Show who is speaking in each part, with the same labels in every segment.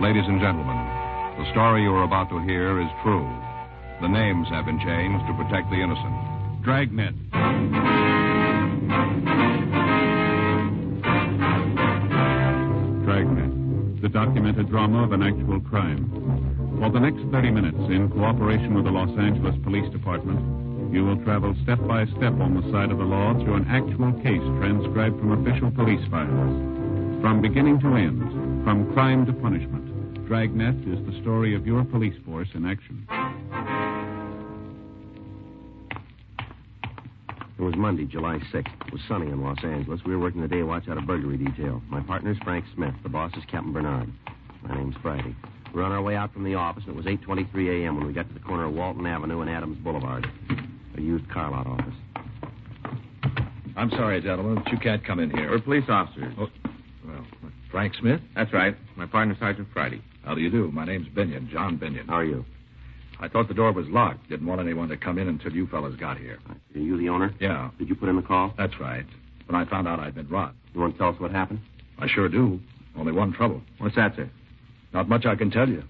Speaker 1: Ladies and gentlemen, the story you are about to hear is true. The names have been changed to protect the innocent. Dragnet.
Speaker 2: Dragnet, the documented drama of an actual crime. For the next 30 minutes, in cooperation with the Los Angeles Police Department, you will travel step by step on the side of the law through an actual case transcribed from official police files. From beginning to end, from crime to punishment, Dragnet is the story of your police force in action.
Speaker 3: It was Monday, July 6th. It was sunny in Los Angeles. We were working the day watch out of burglary detail. My partner's Frank Smith. The boss is Captain Bernard. My name's Friday. We're on our way out from the office, and it was 8.23 a.m. when we got to the corner of Walton Avenue and Adams Boulevard. A used car lot office.
Speaker 4: I'm sorry, gentlemen, but you can't come in here.
Speaker 5: We're police officers.
Speaker 4: Oh, well, Frank Smith?
Speaker 5: That's right. My partner, Sergeant Friday.
Speaker 4: How do you do? My name's Binion, John Binion.
Speaker 3: How are you?
Speaker 4: I thought the door was locked. Didn't want anyone to come in until you fellas got here.
Speaker 3: Are you the owner?
Speaker 4: Yeah,
Speaker 3: Did you put in the call?
Speaker 4: that's right. When I found out I'd been robbed.
Speaker 3: You want to tell us what happened?
Speaker 4: I sure do. Only one trouble.
Speaker 5: What's that, sir?
Speaker 4: Not much I can tell you.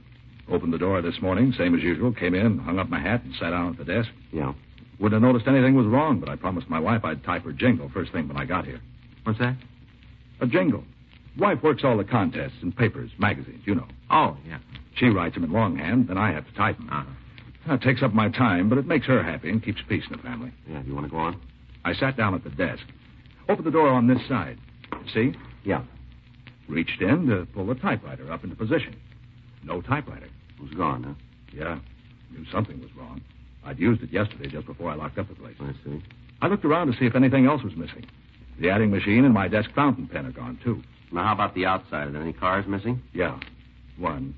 Speaker 4: Opened the door this morning, same as usual, came in, hung up my hat, and sat down at the desk.
Speaker 3: Yeah.
Speaker 4: Wouldn't have noticed anything was wrong, but I promised my wife I'd type her jingle first thing when I got here.
Speaker 5: What's that?
Speaker 4: A jingle. Wife works all the contests and papers, magazines, you know.
Speaker 5: Oh, yeah.
Speaker 4: She writes them in longhand, then I have to type them.
Speaker 5: Uh-huh.
Speaker 4: That takes up my time, but it makes her happy and keeps peace in the family.
Speaker 3: Yeah, do you want to go on?
Speaker 4: I sat down at the desk, opened the door on this side. See?
Speaker 3: Yeah.
Speaker 4: Reached in to pull the typewriter up into position. No typewriter.
Speaker 3: It was gone, huh?
Speaker 4: Yeah. Knew something was wrong. I'd used it yesterday just before I locked up the place.
Speaker 3: I see.
Speaker 4: I looked around to see if anything else was missing. The adding machine and my desk fountain pen are gone, too.
Speaker 3: Now, how about the outside? Are there any cars missing?
Speaker 4: Yeah. One.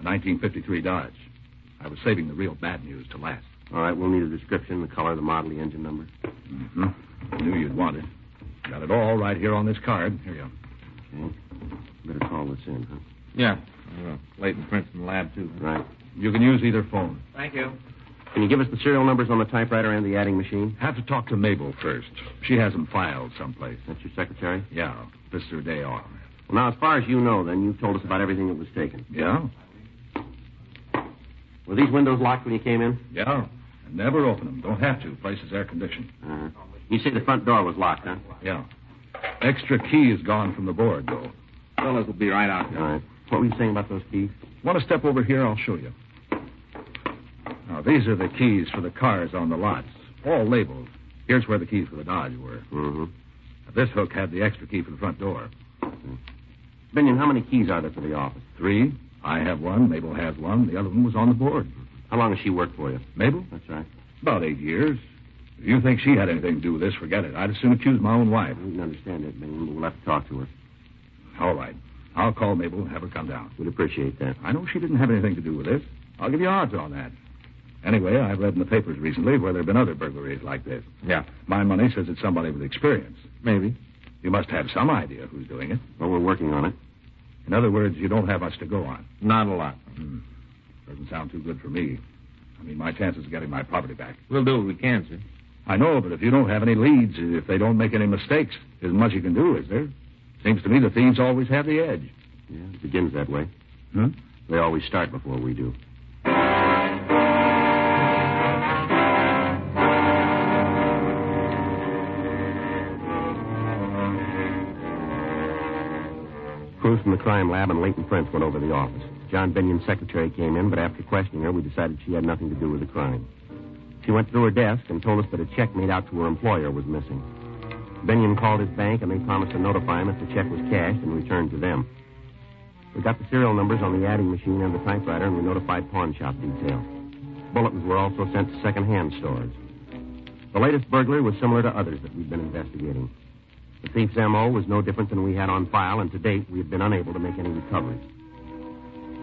Speaker 4: A 1953 Dodge. I was saving the real bad news to last.
Speaker 3: All right, we'll need a description, the color, the model, the engine number.
Speaker 4: Mm-hmm. Knew you'd want it. Got it all right here on this card. Here you are.
Speaker 3: Okay. Better call this in, huh?
Speaker 5: Yeah. Uh, late in print from the lab, too.
Speaker 3: Right.
Speaker 4: You can use either phone.
Speaker 5: Thank you.
Speaker 3: Can you give us the serial numbers on the typewriter and the adding machine?
Speaker 4: Have to talk to Mabel first. She has them filed someplace.
Speaker 3: That's your secretary?
Speaker 4: Yeah. This is her day off.
Speaker 3: Well, now, as far as you know, then, you've told us about everything that was taken.
Speaker 4: Yeah?
Speaker 3: Were these windows locked when you came in?
Speaker 4: Yeah. And never open them. Don't have to. Place is air conditioned.
Speaker 3: Uh-huh. You say the front door was locked, huh?
Speaker 4: Yeah. Extra key is gone from the board, though.
Speaker 5: Fellas will be right out
Speaker 3: All right. What were you saying about those keys?
Speaker 4: Want to step over here? I'll show you. Now, these are the keys for the cars on the lots, all labeled. Here's where the keys for the Dodge were.
Speaker 3: Mm-hmm.
Speaker 4: Now, this hook had the extra key for the front door.
Speaker 3: Binion, how many keys are there for the office?
Speaker 4: Three. I have one. Mabel has one. The other one was on the board.
Speaker 3: How long has she worked for you?
Speaker 4: Mabel?
Speaker 3: That's right.
Speaker 4: About eight years. If you think she had anything to do with this, forget it. I'd as soon accuse my own
Speaker 3: I
Speaker 4: wife.
Speaker 3: can understand that, Binion, but we'll have to talk to her.
Speaker 4: All right. I'll call Mabel and have her come down.
Speaker 3: We'd appreciate that.
Speaker 4: I know she didn't have anything to do with this. I'll give you odds on that. Anyway, I've read in the papers recently where there have been other burglaries like this.
Speaker 5: Yeah.
Speaker 4: My money says it's somebody with experience.
Speaker 5: Maybe.
Speaker 4: You must have some idea who's doing it.
Speaker 3: Well, we're working on it.
Speaker 4: In other words, you don't have much to go on.
Speaker 5: Not a lot.
Speaker 4: Doesn't sound too good for me. I mean, my chances of getting my property back.
Speaker 5: We'll do what we can, sir.
Speaker 4: I know, but if you don't have any leads, if they don't make any mistakes, there's much you can do, is there? Seems to me the thieves always have the edge.
Speaker 3: Yeah, it begins that way.
Speaker 4: Hmm?
Speaker 3: They always start before we do. Crews from the crime lab and Leighton Prince went over the office. John Binion's secretary came in, but after questioning her, we decided she had nothing to do with the crime. She went through her desk and told us that a check made out to her employer was missing. Binion called his bank, and they promised to notify him if the check was cashed and returned to them. We got the serial numbers on the adding machine and the typewriter, and we notified pawn shop detail. Bulletins were also sent to second-hand stores. The latest burglary was similar to others that we've been investigating. The thief's M.O. was no different than we had on file, and to date, we have been unable to make any recoveries.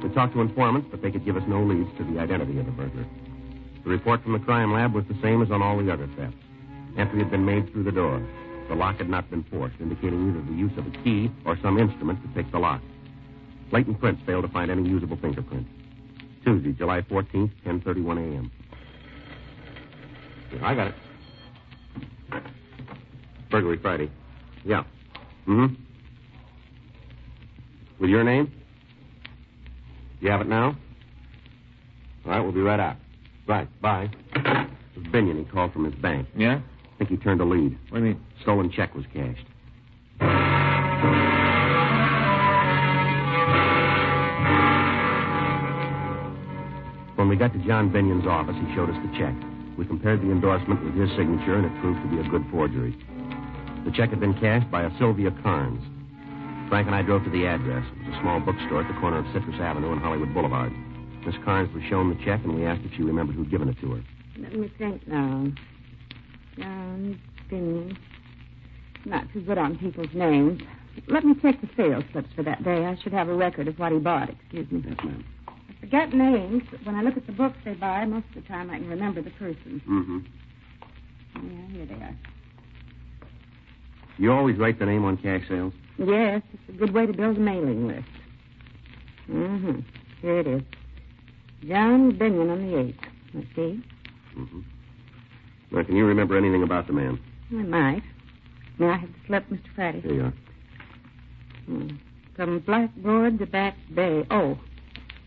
Speaker 3: We talked to informants, but they could give us no leads to the identity of the burglar. The report from the crime lab was the same as on all the other thefts. Entry had been made through the door. The lock had not been forced, indicating either the use of a key or some instrument to pick the lock. Leighton Prince failed to find any usable fingerprint. Tuesday, July 14th, 10.31 a.m. Yeah, I got it. Burglary Friday. Yeah. Mm-hmm. With your name? You have it now? All right, we'll be right out. Right, bye. It was Binion he called from his bank.
Speaker 5: Yeah?
Speaker 3: I think he turned a lead.
Speaker 5: What do you mean?
Speaker 3: Stolen check was cashed. When we got to John Binion's office, he showed us the check. We compared the endorsement with his signature, and it proved to be a good forgery. The check had been cashed by a Sylvia Carnes. Frank and I drove to the address. It was a small bookstore at the corner of Citrus Avenue and Hollywood Boulevard. Miss Carnes was shown the check, and we asked if she remembered who'd given it to her.
Speaker 6: Let me think now. John Binney. Not too good on people's names. Let me check the sales slips for that day. I should have a record of what he bought. Excuse me.
Speaker 3: Yes, ma'am.
Speaker 6: I forget names, but when I look at the books they buy, most of the time I can remember the person. Oh,
Speaker 3: Mm-hmm.
Speaker 6: Yeah, here they are.
Speaker 3: You always write the name on cash sales?
Speaker 6: Yes, it's a good way to build a mailing list. Mm-hmm. Here it is. John Binion on the 8th. Let's see.
Speaker 3: Mm-hmm. Now, can you remember anything about the man?
Speaker 6: I might. May I have the slip, Mr. Friday?
Speaker 3: Here you are.
Speaker 6: Hmm. From Blackboard to Back Bay. Oh,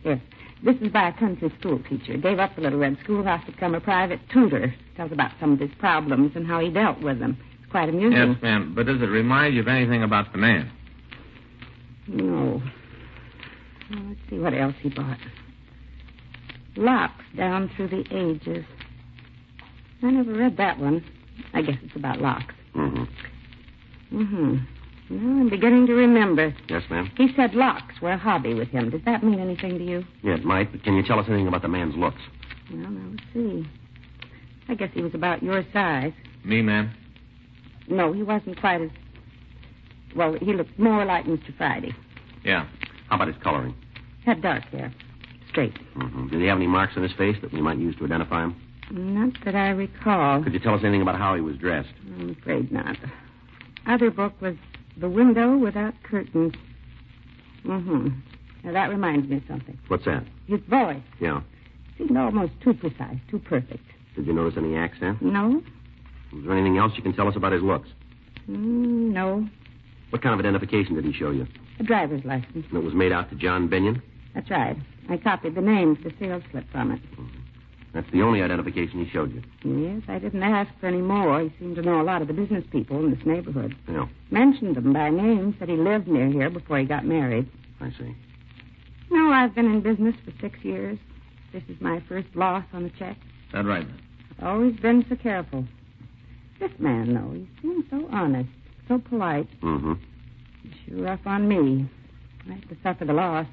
Speaker 6: yes. This is by a country school teacher. Gave up the Little Red Schoolhouse to become a private tutor. Tells about some of his problems and how he dealt with them. It's quite amusing.
Speaker 5: Yes, ma'am. But does it remind you of anything about the man?
Speaker 6: No. Oh. Well, let's see what else he bought. Locks down through the ages. I never read that one. I guess it's about locks.
Speaker 3: Mm-hmm.
Speaker 6: Mm-hmm. Well, I'm beginning to remember.
Speaker 3: Yes, ma'am.
Speaker 6: He said locks were a hobby with him. Does that mean anything to you?
Speaker 3: Yeah, it might, but can you tell us anything about the man's looks?
Speaker 6: Well, now let's see. I guess he was about your size.
Speaker 5: Me, ma'am?
Speaker 6: No, he wasn't quite as. Well, he looked more like Mr. Friday.
Speaker 5: Yeah.
Speaker 3: How about his coloring?
Speaker 6: Had dark hair. Straight.
Speaker 3: Mm-hmm. Did he have any marks on his face that we might use to identify him?
Speaker 6: Not that I recall.
Speaker 3: Could you tell us anything about how he was dressed?
Speaker 6: I'm afraid not. Other book was The Window Without Curtains. Mm-hmm. Now, that reminds me of something.
Speaker 3: What's that?
Speaker 6: His voice
Speaker 3: Yeah.
Speaker 6: seemed almost too precise, too perfect.
Speaker 3: Did you notice any accent?
Speaker 6: No?
Speaker 3: Was there anything else you can tell us about his looks?
Speaker 6: Mm, no.
Speaker 3: What kind of identification did he show you?
Speaker 6: A driver's license.
Speaker 3: And it was made out to John Binion?
Speaker 6: That's right. I copied the name for the sales slip from it.
Speaker 3: That's the only identification he showed you.
Speaker 6: Yes, I didn't ask for any more. He seemed to know a lot of the business people in this neighborhood.
Speaker 3: Yeah,
Speaker 6: Mentioned them by name, said he lived near here before he got married.
Speaker 3: I see.
Speaker 6: No, I've been in business for six years. This is my first loss on a check.
Speaker 5: Is that right, ma'am?
Speaker 6: Always been so careful. This man, though, he seemed so honest, so polite.
Speaker 3: Mm-hmm.
Speaker 6: Sure rough on me. I had to suffer the loss.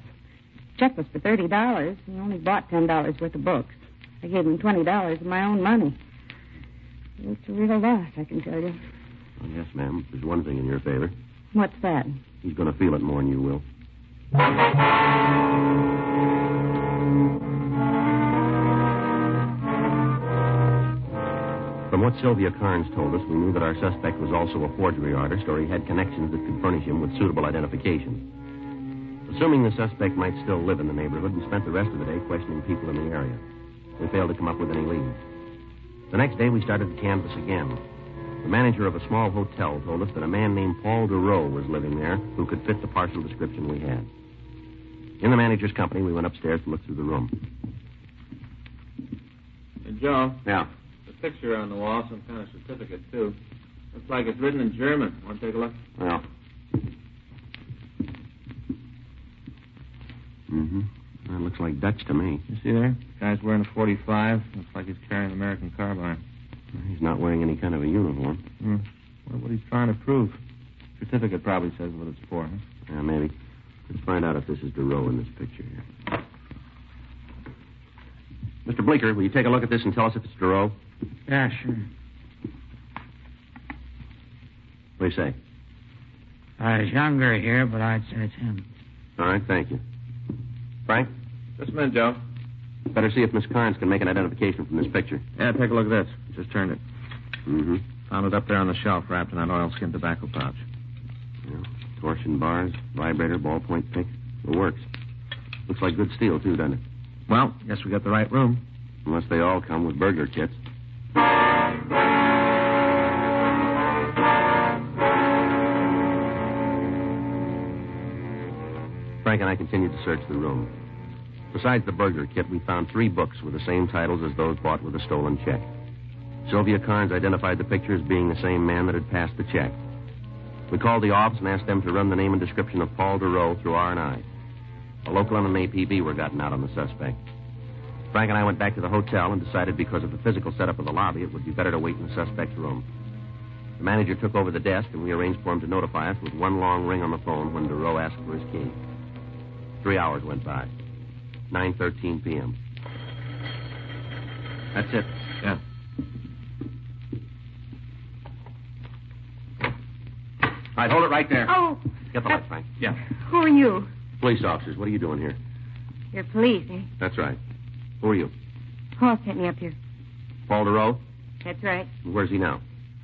Speaker 6: Check was for thirty dollars. He only bought ten dollars worth of books. I gave him twenty dollars of my own money. It's a real loss, I can tell you.
Speaker 3: Well, yes, ma'am. There's one thing in your favor.
Speaker 6: What's that?
Speaker 3: He's going to feel it more than you will. From what Sylvia Carnes told us, we knew that our suspect was also a forgery artist, or he had connections that could furnish him with suitable identification. Assuming the suspect might still live in the neighborhood, we spent the rest of the day questioning people in the area. We failed to come up with any leads. The next day, we started to canvass again. The manager of a small hotel told us that a man named Paul DeRoe was living there who could fit the partial description we had. In the manager's company, we went upstairs to look through the room.
Speaker 5: Hey, Joe,
Speaker 3: Now,
Speaker 5: the picture on the wall, some kind of certificate, too. Looks like it's written in German. Want to take a look?
Speaker 3: well. Mm-hmm. That looks like Dutch to me.
Speaker 5: You see there? Guy's wearing a 45. Looks like he's carrying an American carbine.
Speaker 3: He's not wearing any kind of a uniform.
Speaker 5: Hmm. What, what he's trying to prove? Certificate probably says what it's for. Huh?
Speaker 3: Yeah, maybe. Let's find out if this is DeRoe in this picture here. Mr. Bleeker, will you take a look at this and tell us if it's DeRoe?
Speaker 4: Yeah, sure.
Speaker 3: What do you say?
Speaker 4: I was younger here, but I'd say it's him.
Speaker 3: All right, thank you. Frank?
Speaker 5: Just a minute, Joe.
Speaker 3: Better see if Miss Carnes can make an identification from this picture.
Speaker 5: Yeah, take a look at this. Just turned it.
Speaker 3: Mm-hmm.
Speaker 5: Found it up there on the shelf, wrapped in that oilskin tobacco pouch.
Speaker 3: Yeah. Torsion bars, vibrator, ballpoint pick. It works. Looks like good steel, too, doesn't it?
Speaker 5: Well, guess we got the right room.
Speaker 3: Unless they all come with burglar kits. Frank and I continued to search the room. Besides the burger kit, we found three books with the same titles as those bought with a stolen check. Sylvia Carnes identified the picture as being the same man that had passed the check. We called the office and asked them to run the name and description of Paul Duro through R&I. A local and an APB were gotten out on the suspect. Frank and I went back to the hotel and decided because of the physical setup of the lobby, it would be better to wait in the suspect's room. The manager took over the desk, and we arranged for him to notify us with one long ring on the phone when Duro asked for his key. Three hours went by. 9.13 p.m. That's it.
Speaker 7: Yeah.
Speaker 3: All right, hold it right there.
Speaker 8: Oh,
Speaker 3: Get the light, Frank.
Speaker 7: Yeah.
Speaker 8: who are you?
Speaker 3: Police officers, what are you doing here?
Speaker 8: You're police, eh?
Speaker 3: That's right. Who are you?
Speaker 8: Paul sent me up here.
Speaker 3: Paul Duro?
Speaker 8: That's right.
Speaker 3: Where's he now?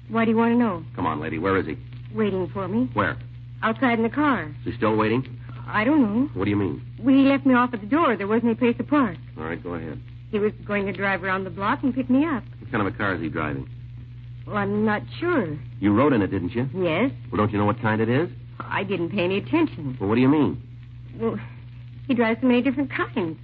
Speaker 8: Why do you want to know?
Speaker 3: Come on, lady. Where is he?
Speaker 8: Waiting for me.
Speaker 3: Where?
Speaker 8: Outside in the car.
Speaker 3: Is he still waiting?
Speaker 8: I don't know.
Speaker 3: What do you mean?
Speaker 8: Well, he left me off at the door. There wasn't any place to park.
Speaker 3: All right, go ahead.
Speaker 8: He was going to drive around the block and pick me up.
Speaker 3: What kind of a car is he driving?
Speaker 8: Well, I'm not sure.
Speaker 3: You rode in it, didn't you?
Speaker 8: Yes,
Speaker 3: Well, don't you know what kind it is?
Speaker 8: I didn't pay any attention.
Speaker 3: Well, what do you mean?
Speaker 8: Well, he drives so many different kinds.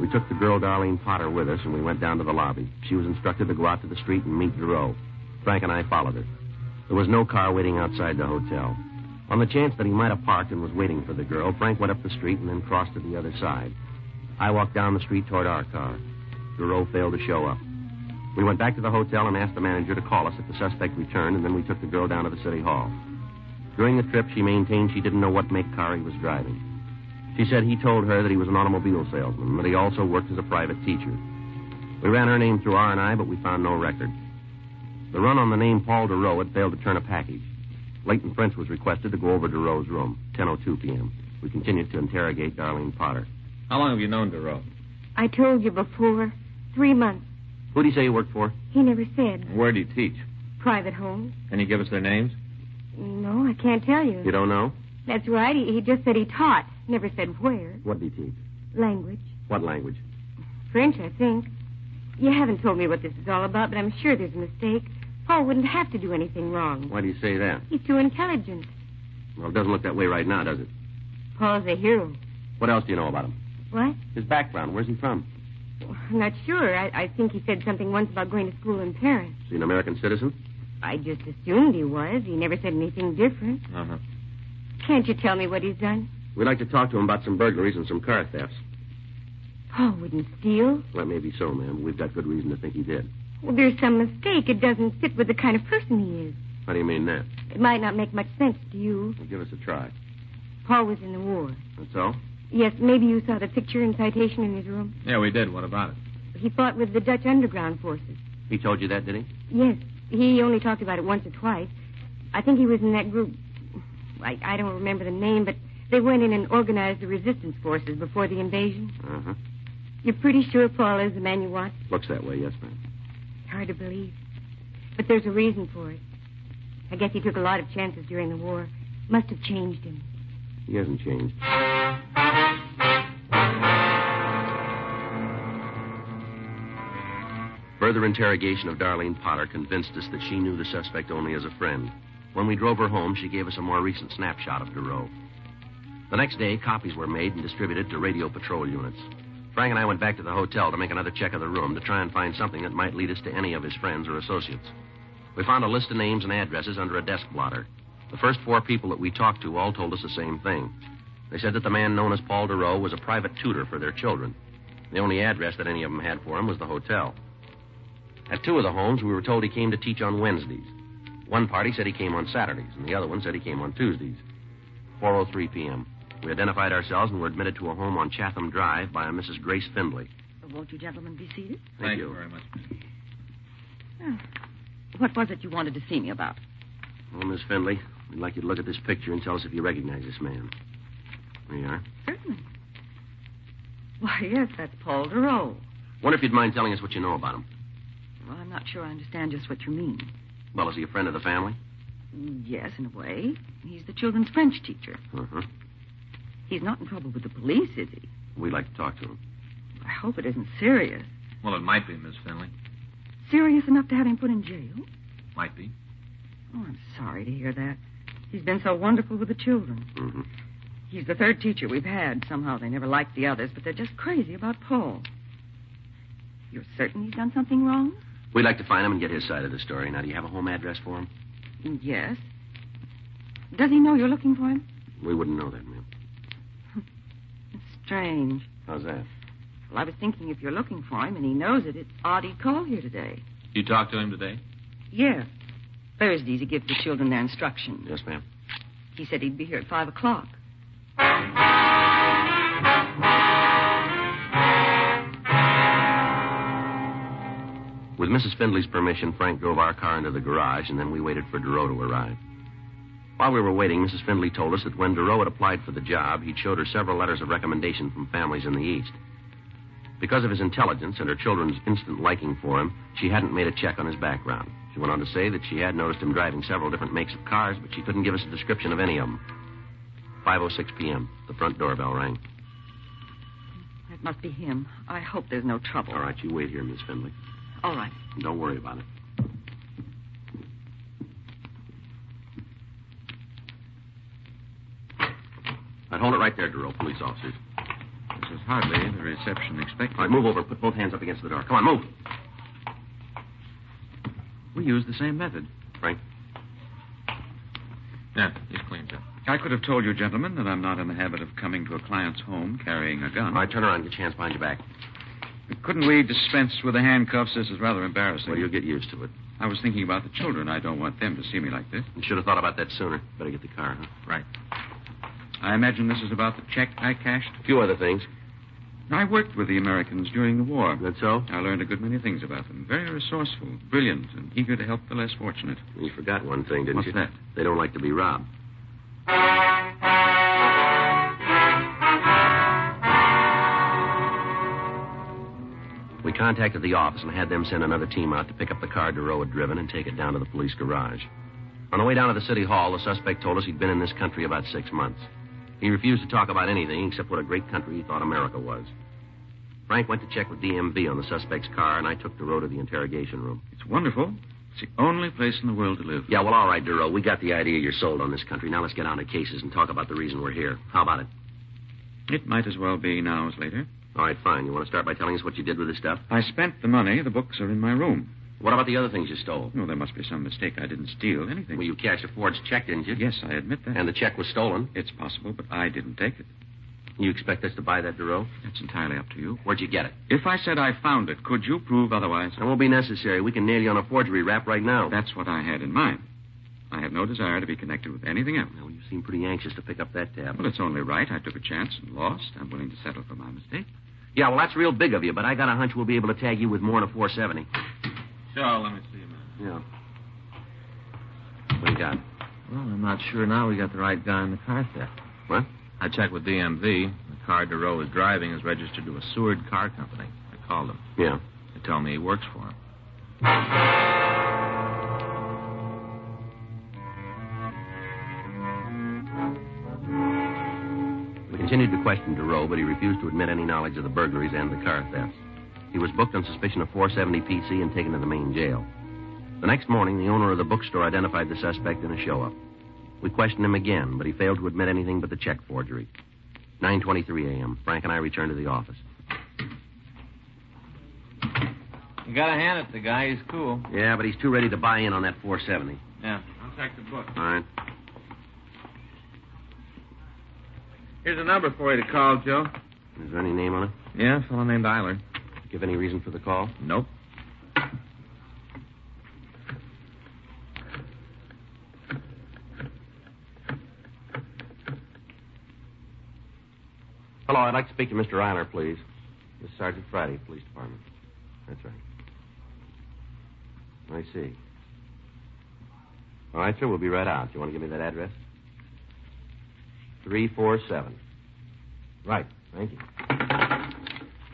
Speaker 3: We took the girl Darlene Potter with us, and we went down to the lobby. She was instructed to go out to the street and meet Giroux. Frank and I followed her. There was no car waiting outside the hotel. On the chance that he might have parked and was waiting for the girl, Frank went up the street and then crossed to the other side. I walked down the street toward our car. Giroux failed to show up. We went back to the hotel and asked the manager to call us if the suspect returned, and then we took the girl down to the city hall. During the trip, she maintained she didn't know what make car he was driving. She said he told her that he was an automobile salesman and that he also worked as a private teacher. We ran her name through R&I, but we found no record. The run on the name Paul DeRoe had failed to turn a package. Leighton Prince was requested to go over to DeRoe's room, 10.02 p.m. We continued to interrogate Darlene Potter.
Speaker 5: How long have you known Duro?
Speaker 8: I told you before. Three months.
Speaker 3: Who did he say he worked for?
Speaker 8: He never said.
Speaker 5: Where do you teach?
Speaker 8: Private home.
Speaker 5: Can you give us their names?
Speaker 8: No, I can't tell you.
Speaker 3: You don't know?
Speaker 8: That's right. He, he just said he taught. Never said where.
Speaker 3: What did he teach?
Speaker 8: Language.
Speaker 3: What language?
Speaker 8: French, I think. You haven't told me what this is all about, but I'm sure there's a mistake. Paul wouldn't have to do anything wrong.
Speaker 3: Why do you say that?
Speaker 8: He's too intelligent.
Speaker 3: Well, it doesn't look that way right now, does it?
Speaker 8: Paul's a hero.
Speaker 3: What else do you know about him?
Speaker 8: What?
Speaker 3: His background. Where's he from?
Speaker 8: I'm not sure. I, I think he said something once about going to school in Paris.
Speaker 3: Is he an American citizen?
Speaker 8: I just assumed he was. He never said anything different.
Speaker 5: Uh huh.
Speaker 8: Can't you tell me what he's done?
Speaker 3: We'd like to talk to him about some burglaries and some car thefts.
Speaker 8: Paul wouldn't steal.
Speaker 3: Well, that may be so, ma'am. We've got good reason to think he did.
Speaker 8: Well, there's some mistake. It doesn't fit with the kind of person he is.
Speaker 3: How do you mean that?
Speaker 8: It might not make much sense to you.
Speaker 3: Well, give us a try.
Speaker 8: Paul was in the war.
Speaker 3: That's all?
Speaker 8: Yes, maybe you saw the picture and citation in his room.
Speaker 5: Yeah, we did. What about it?
Speaker 8: He fought with the Dutch underground forces.
Speaker 3: He told you that, did he?
Speaker 8: Yes, he only talked about it once or twice. I think he was in that group. I, I don't remember the name, but they went in and organized the resistance forces before the invasion.
Speaker 3: Uh-huh.
Speaker 8: You're pretty sure Paul is the man you want?
Speaker 3: Looks that way, yes, ma'am.
Speaker 8: Hard to believe. But there's a reason for it. I guess he took a lot of chances during the war. Must have changed him.
Speaker 3: He hasn't changed. Further interrogation of Darlene Potter convinced us that she knew the suspect only as a friend. When we drove her home, she gave us a more recent snapshot of Duro. The next day, copies were made and distributed to radio patrol units. Frank and I went back to the hotel to make another check of the room to try and find something that might lead us to any of his friends or associates. We found a list of names and addresses under a desk blotter. The first four people that we talked to all told us the same thing. They said that the man known as Paul Duro was a private tutor for their children. The only address that any of them had for him was the hotel. At two of the homes, we were told he came to teach on Wednesdays. One party said he came on Saturdays, and the other one said he came on Tuesdays. 4.03 p.m. We identified ourselves and were admitted to a home on Chatham Drive by a Mrs. Grace Findlay.
Speaker 6: Won't you gentlemen be seated?
Speaker 3: Thank, you.
Speaker 5: very much.
Speaker 6: What was it you wanted to see me about?
Speaker 3: Well, Miss Findlay, we'd like you to look at this picture and tell us if you recognize this man. There you are.
Speaker 6: Certainly. Why, yes, that's Paul DeRoe.
Speaker 3: Wonder if you'd mind telling us what you know about him.
Speaker 6: Well, I'm not sure I understand just what you mean.
Speaker 3: Well, is he a friend of the family?
Speaker 6: Yes, in a way. He's the children's French teacher.
Speaker 3: Uh-huh.
Speaker 6: He's not in trouble with the police, is he?
Speaker 3: We'd like to talk to him.
Speaker 6: I hope it isn't serious.
Speaker 5: Well, it might be, Miss Finley.
Speaker 6: serious enough to have him put in jail?
Speaker 5: Might be.
Speaker 6: Oh, I'm sorry to hear that. He's been so wonderful with the children.
Speaker 3: Mhm.
Speaker 6: He's the third teacher we've had. Somehow they never liked the others, but they're just crazy about Paul. You're certain he's done something wrong?
Speaker 3: We'd like to find him and get his side of the story. Now, do you have a home address for him?
Speaker 6: Mm, Yes. Does he know you're looking for him?
Speaker 3: We wouldn't know that, ma'am.
Speaker 6: It's strange.
Speaker 3: How's that?
Speaker 6: Well, I was thinking if you're looking for him and he knows it, it's odd he'd call here today.
Speaker 9: You talked to him today?
Speaker 6: Yeah. Thursdays he gives the children their instructions.
Speaker 3: Yes, ma'am.
Speaker 6: He said he'd be here at five o'clock.
Speaker 3: With Mrs. Findley's permission, Frank drove our car into the garage, and then we waited for Duro to arrive. While we were waiting, Mrs. Findley told us that when Duro had applied for the job, he'd showed her several letters of recommendation from families in the East. Because of his intelligence and her children's instant liking for him, she hadn't made a check on his background. She went on to say that she had noticed him driving several different makes of cars, but she couldn't give us a description of oh any of them. 5.06 p.m., the front doorbell rang.
Speaker 6: That must be him. I hope there's no trouble.
Speaker 3: All right, you wait here, Miss Findley.
Speaker 6: All right.
Speaker 3: Don't worry about it. I'd hold it right there, Duro, police officers.
Speaker 9: This is hardly the reception expected.
Speaker 3: All right, move over. Put both hands up against the door. Come on, move.
Speaker 9: We used the same method.
Speaker 3: Frank?
Speaker 9: Yeah, he's cleaned up.
Speaker 5: I could have told you, gentlemen, that I'm not in the habit of coming to a client's home carrying a
Speaker 3: All
Speaker 5: gun.
Speaker 3: right, turn around. Get your hands behind your back.
Speaker 5: Couldn't we dispense with the handcuffs? This is rather embarrassing.
Speaker 3: Well, you'll get used to it.
Speaker 5: I was thinking about the children. I don't want them to see me like this.
Speaker 3: You should have thought about that sooner. Better get the car, huh?
Speaker 5: Right. I imagine this is about the check I cashed.
Speaker 3: A few other things.
Speaker 5: I worked with the Americans during the war.
Speaker 3: That so?
Speaker 5: I learned a good many things about them. Very resourceful, brilliant, and eager to help the less fortunate.
Speaker 3: You forgot one thing, didn't
Speaker 5: What's
Speaker 3: you?
Speaker 5: that?
Speaker 3: They don't like to be robbed. We contacted the office and had them send another team out to pick up the car Duro had driven and take it down to the police garage. On the way down to the city hall, the suspect told us he'd been in this country about six months. He refused to talk about anything except what a great country he thought America was. Frank went to check with DMV on the suspect's car, and I took Duro to the interrogation room.
Speaker 5: It's wonderful. It's the only place in the world to live.
Speaker 3: Yeah, well, all right, Duro. We got the idea you're sold on this country. Now let's get on to cases and talk about the reason we're here. How about it?
Speaker 5: It might as well be now as later.
Speaker 3: All right, fine. You want to start by telling us what you did with the stuff?
Speaker 5: I spent the money. The books are in my room.
Speaker 3: What about the other things you stole?
Speaker 5: No, there must be some mistake. I didn't steal anything.
Speaker 3: Well, you cashed a forged check, didn't you?
Speaker 5: Yes, I admit that.
Speaker 3: And the check was stolen.
Speaker 5: It's possible, but I didn't take it.
Speaker 3: You expect us to buy that, Duro?
Speaker 5: That's entirely up to you.
Speaker 3: Where'd you get it?
Speaker 5: If I said I found it, could you prove otherwise?
Speaker 3: That won't be necessary. We can nail you on a forgery rap right now.
Speaker 5: That's what I had in mind. I have no desire to be connected with anything else.
Speaker 3: Well, Oh, you seem pretty anxious to pick up that tab.
Speaker 5: Well, it's only right. I took a chance and lost. I'm willing to settle for my mistake.
Speaker 3: Yeah, well, that's real big of you, but I got a hunch we'll be able to tag you with more than a 470.
Speaker 9: Sure, let me see a minute.
Speaker 3: Yeah. What do you got?
Speaker 9: Well, I'm not sure now we got the right guy in the car theft.
Speaker 3: What?
Speaker 9: I checked with DMV. The car Duro was driving is registered to a Seward car company. I called them.
Speaker 3: Yeah.
Speaker 9: They tell me he works for him.
Speaker 3: We continued to question Duro, but he refused to admit any knowledge of the burglaries and the car thefts. He was booked on suspicion of 470 PC and taken to the main jail. The next morning, the owner of the bookstore identified the suspect in a show-up. We questioned him again, but he failed to admit anything but the check forgery. 9:23 a.m. Frank and I returned to the office.
Speaker 9: You gotta hand it to the guy. He's cool.
Speaker 3: Yeah, but he's too ready to buy in on that 470.
Speaker 9: Yeah. I'll check the book.
Speaker 3: All right.
Speaker 9: Here's a number for you to call, Joe.
Speaker 3: Is there any name on it?
Speaker 9: Yeah, a fellow named Eiler.
Speaker 3: Give any reason for the call?
Speaker 9: Nope.
Speaker 3: Hello, I'd like to speak to Mr. Eiler, please. This is Sergeant Friday, Police Department. That's right. I see. All right, sir, we'll be right out. You want to give me that address? 347. Right, thank you.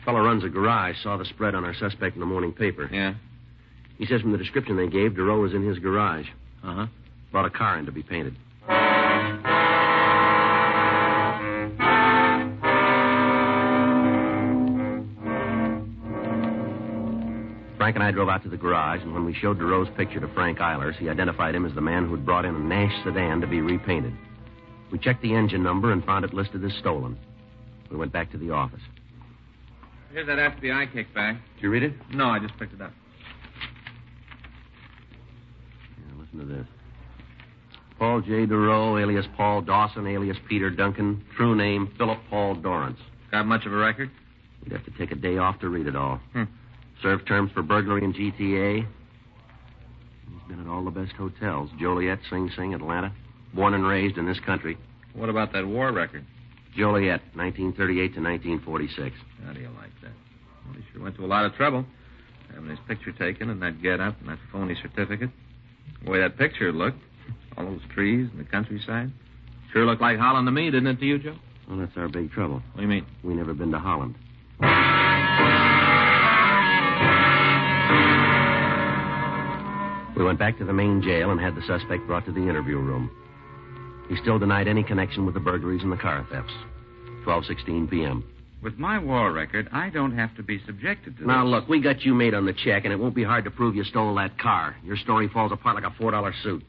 Speaker 3: Fellow runs a garage, saw the spread on our suspect in the morning paper.
Speaker 9: Yeah.
Speaker 3: He says from the description they gave, Duro was in his garage.
Speaker 9: Uh huh.
Speaker 3: Brought a car in to be painted. Frank and I drove out to the garage, and when we showed DeRose's picture to Frank Eilers, he identified him as the man who'd brought in a Nash sedan to be repainted. We checked the engine number and found it listed as stolen. We went back to the office.
Speaker 10: Here's that FBI kickback.
Speaker 3: Did you read it?
Speaker 10: No, I just picked it up.
Speaker 3: Yeah, listen to this. Paul J. DeRoe, alias Paul Dawson, alias Peter Duncan, true name Philip Paul Dorrance.
Speaker 10: Got much of a record?
Speaker 3: You'd have to take a day off to read it all.
Speaker 10: Hmm.
Speaker 3: Served terms for burglary in GTA. He's been at all the best hotels Joliet, Sing Sing, Atlanta. Born and raised in this country.
Speaker 10: What about that war record?
Speaker 3: Joliet, 1938 to 1946.
Speaker 10: How do you like that? Well, he sure went to a lot of trouble having his picture taken and that get up and that phony certificate. The way that picture looked, all those trees and the countryside. Sure looked like Holland to me, didn't it to you, Joe?
Speaker 3: Well, that's our big trouble.
Speaker 10: What do you mean?
Speaker 3: We never been to Holland. We went back to the main jail and had the suspect brought to the interview room. He still denied any connection with the burglaries and the car thefts. 12:16 p.m.
Speaker 5: With my war record, I don't have to be subjected to
Speaker 3: Now look, we got you made on the check, and it won't be hard to prove you stole that car. Your story falls apart like a four-dollar suit.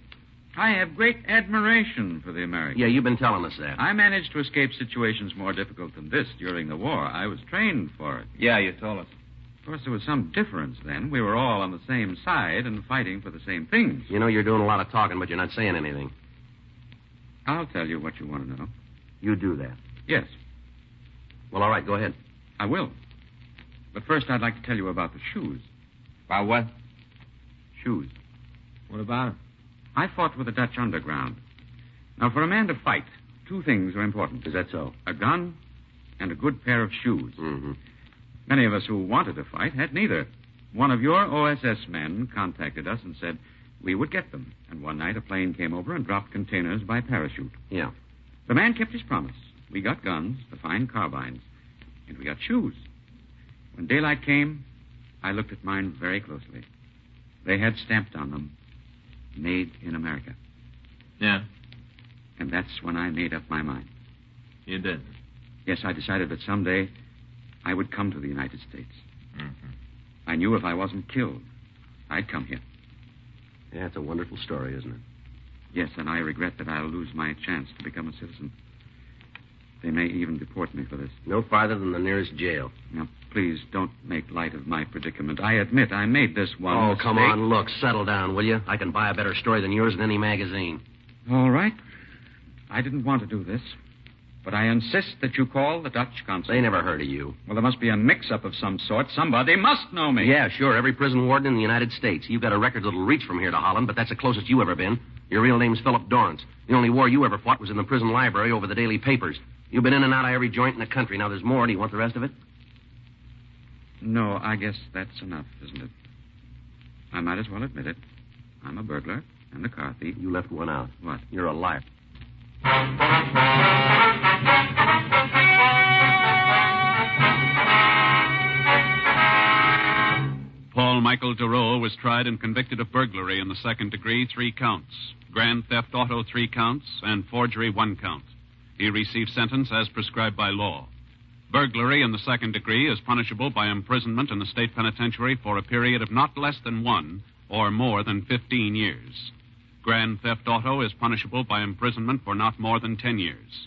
Speaker 5: I have great admiration for the Americans.
Speaker 3: Yeah, you've been telling us that.
Speaker 5: I managed to escape situations more difficult than this during the war. I was trained for it.
Speaker 10: Yeah, you told us.
Speaker 5: Of course, there was some difference then. We were all on the same side and fighting for the same things.
Speaker 3: You know you're doing a lot of talking, but you're not saying anything.
Speaker 5: I'll tell you what you want to know.
Speaker 3: You do that.
Speaker 5: Yes,
Speaker 3: Well, all right, go ahead.
Speaker 5: I will. But first, I'd like to tell you about the shoes.
Speaker 10: About what?
Speaker 5: Shoes.
Speaker 10: What about him?
Speaker 5: I fought with the Dutch underground. Now, for a man to fight, two things are important
Speaker 3: Is that so?
Speaker 5: a gun and a good pair of shoes.
Speaker 3: Mm-hmm.
Speaker 5: Many of us who wanted to fight had neither. One of your OSS men contacted us and said we would get them. And one night a plane came over and dropped containers by parachute.
Speaker 3: Yeah.
Speaker 5: The man kept his promise. We got guns, the fine carbines, and we got shoes. When daylight came, I looked at mine very closely. They had stamped on them, made in America.
Speaker 10: Yeah,
Speaker 5: And that's when I made up my mind.
Speaker 10: you did.
Speaker 5: Yes, I decided that someday I would come to the United States.
Speaker 10: Mm-hmm.
Speaker 5: I knew if I wasn't killed, I'd come here.
Speaker 3: Yeah, it's a wonderful story, isn't it?
Speaker 5: Yes, and I regret that I'll lose my chance to become a citizen. They may even deport me for this.
Speaker 3: No farther than the nearest jail.
Speaker 5: Now, please don't make light of my predicament. I admit I made this one.
Speaker 3: oh, come
Speaker 5: mistake.
Speaker 3: on, look, settle down, will you? I can buy a better story than yours in any magazine.
Speaker 5: All right. I didn't want to do this, but I insist that you call the Dutch consul.
Speaker 3: They never heard of you.
Speaker 5: Well, there must be a mix-up of some sort. Somebody must know me.
Speaker 3: Yeah, sure, every prison warden in the United States. You've got a record that'll reach from here to Holland, but that's the closest you ever been. Your real name's Philip Dorrance. The only war you ever fought was in the prison library over the daily papers. You've been in and out of every joint in the country. Now there's more. Do you want the rest of it?
Speaker 5: No, I guess that's enough, isn't it? I might as well admit it. I'm a burglar and a car thief.
Speaker 3: You left one out.
Speaker 5: What?
Speaker 3: You're a liar.
Speaker 11: Paul Michael DeRoe was tried and convicted of burglary in the second degree, three counts, grand theft auto, three counts, and forgery, one count. He received sentence as prescribed by law. Burglary in the second degree is punishable by imprisonment in the state penitentiary for a period of not less than one or more than 15 years. Grand theft auto is punishable by imprisonment for not more than 10 years.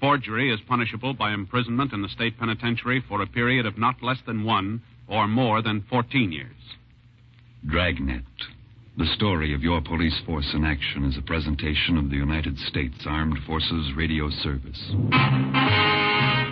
Speaker 11: Forgery is punishable by imprisonment in the state penitentiary for a period of not less than one or more than 14 years.
Speaker 4: Dragnet. The story of your police force in action is a presentation of the United States Armed Forces Radio Service.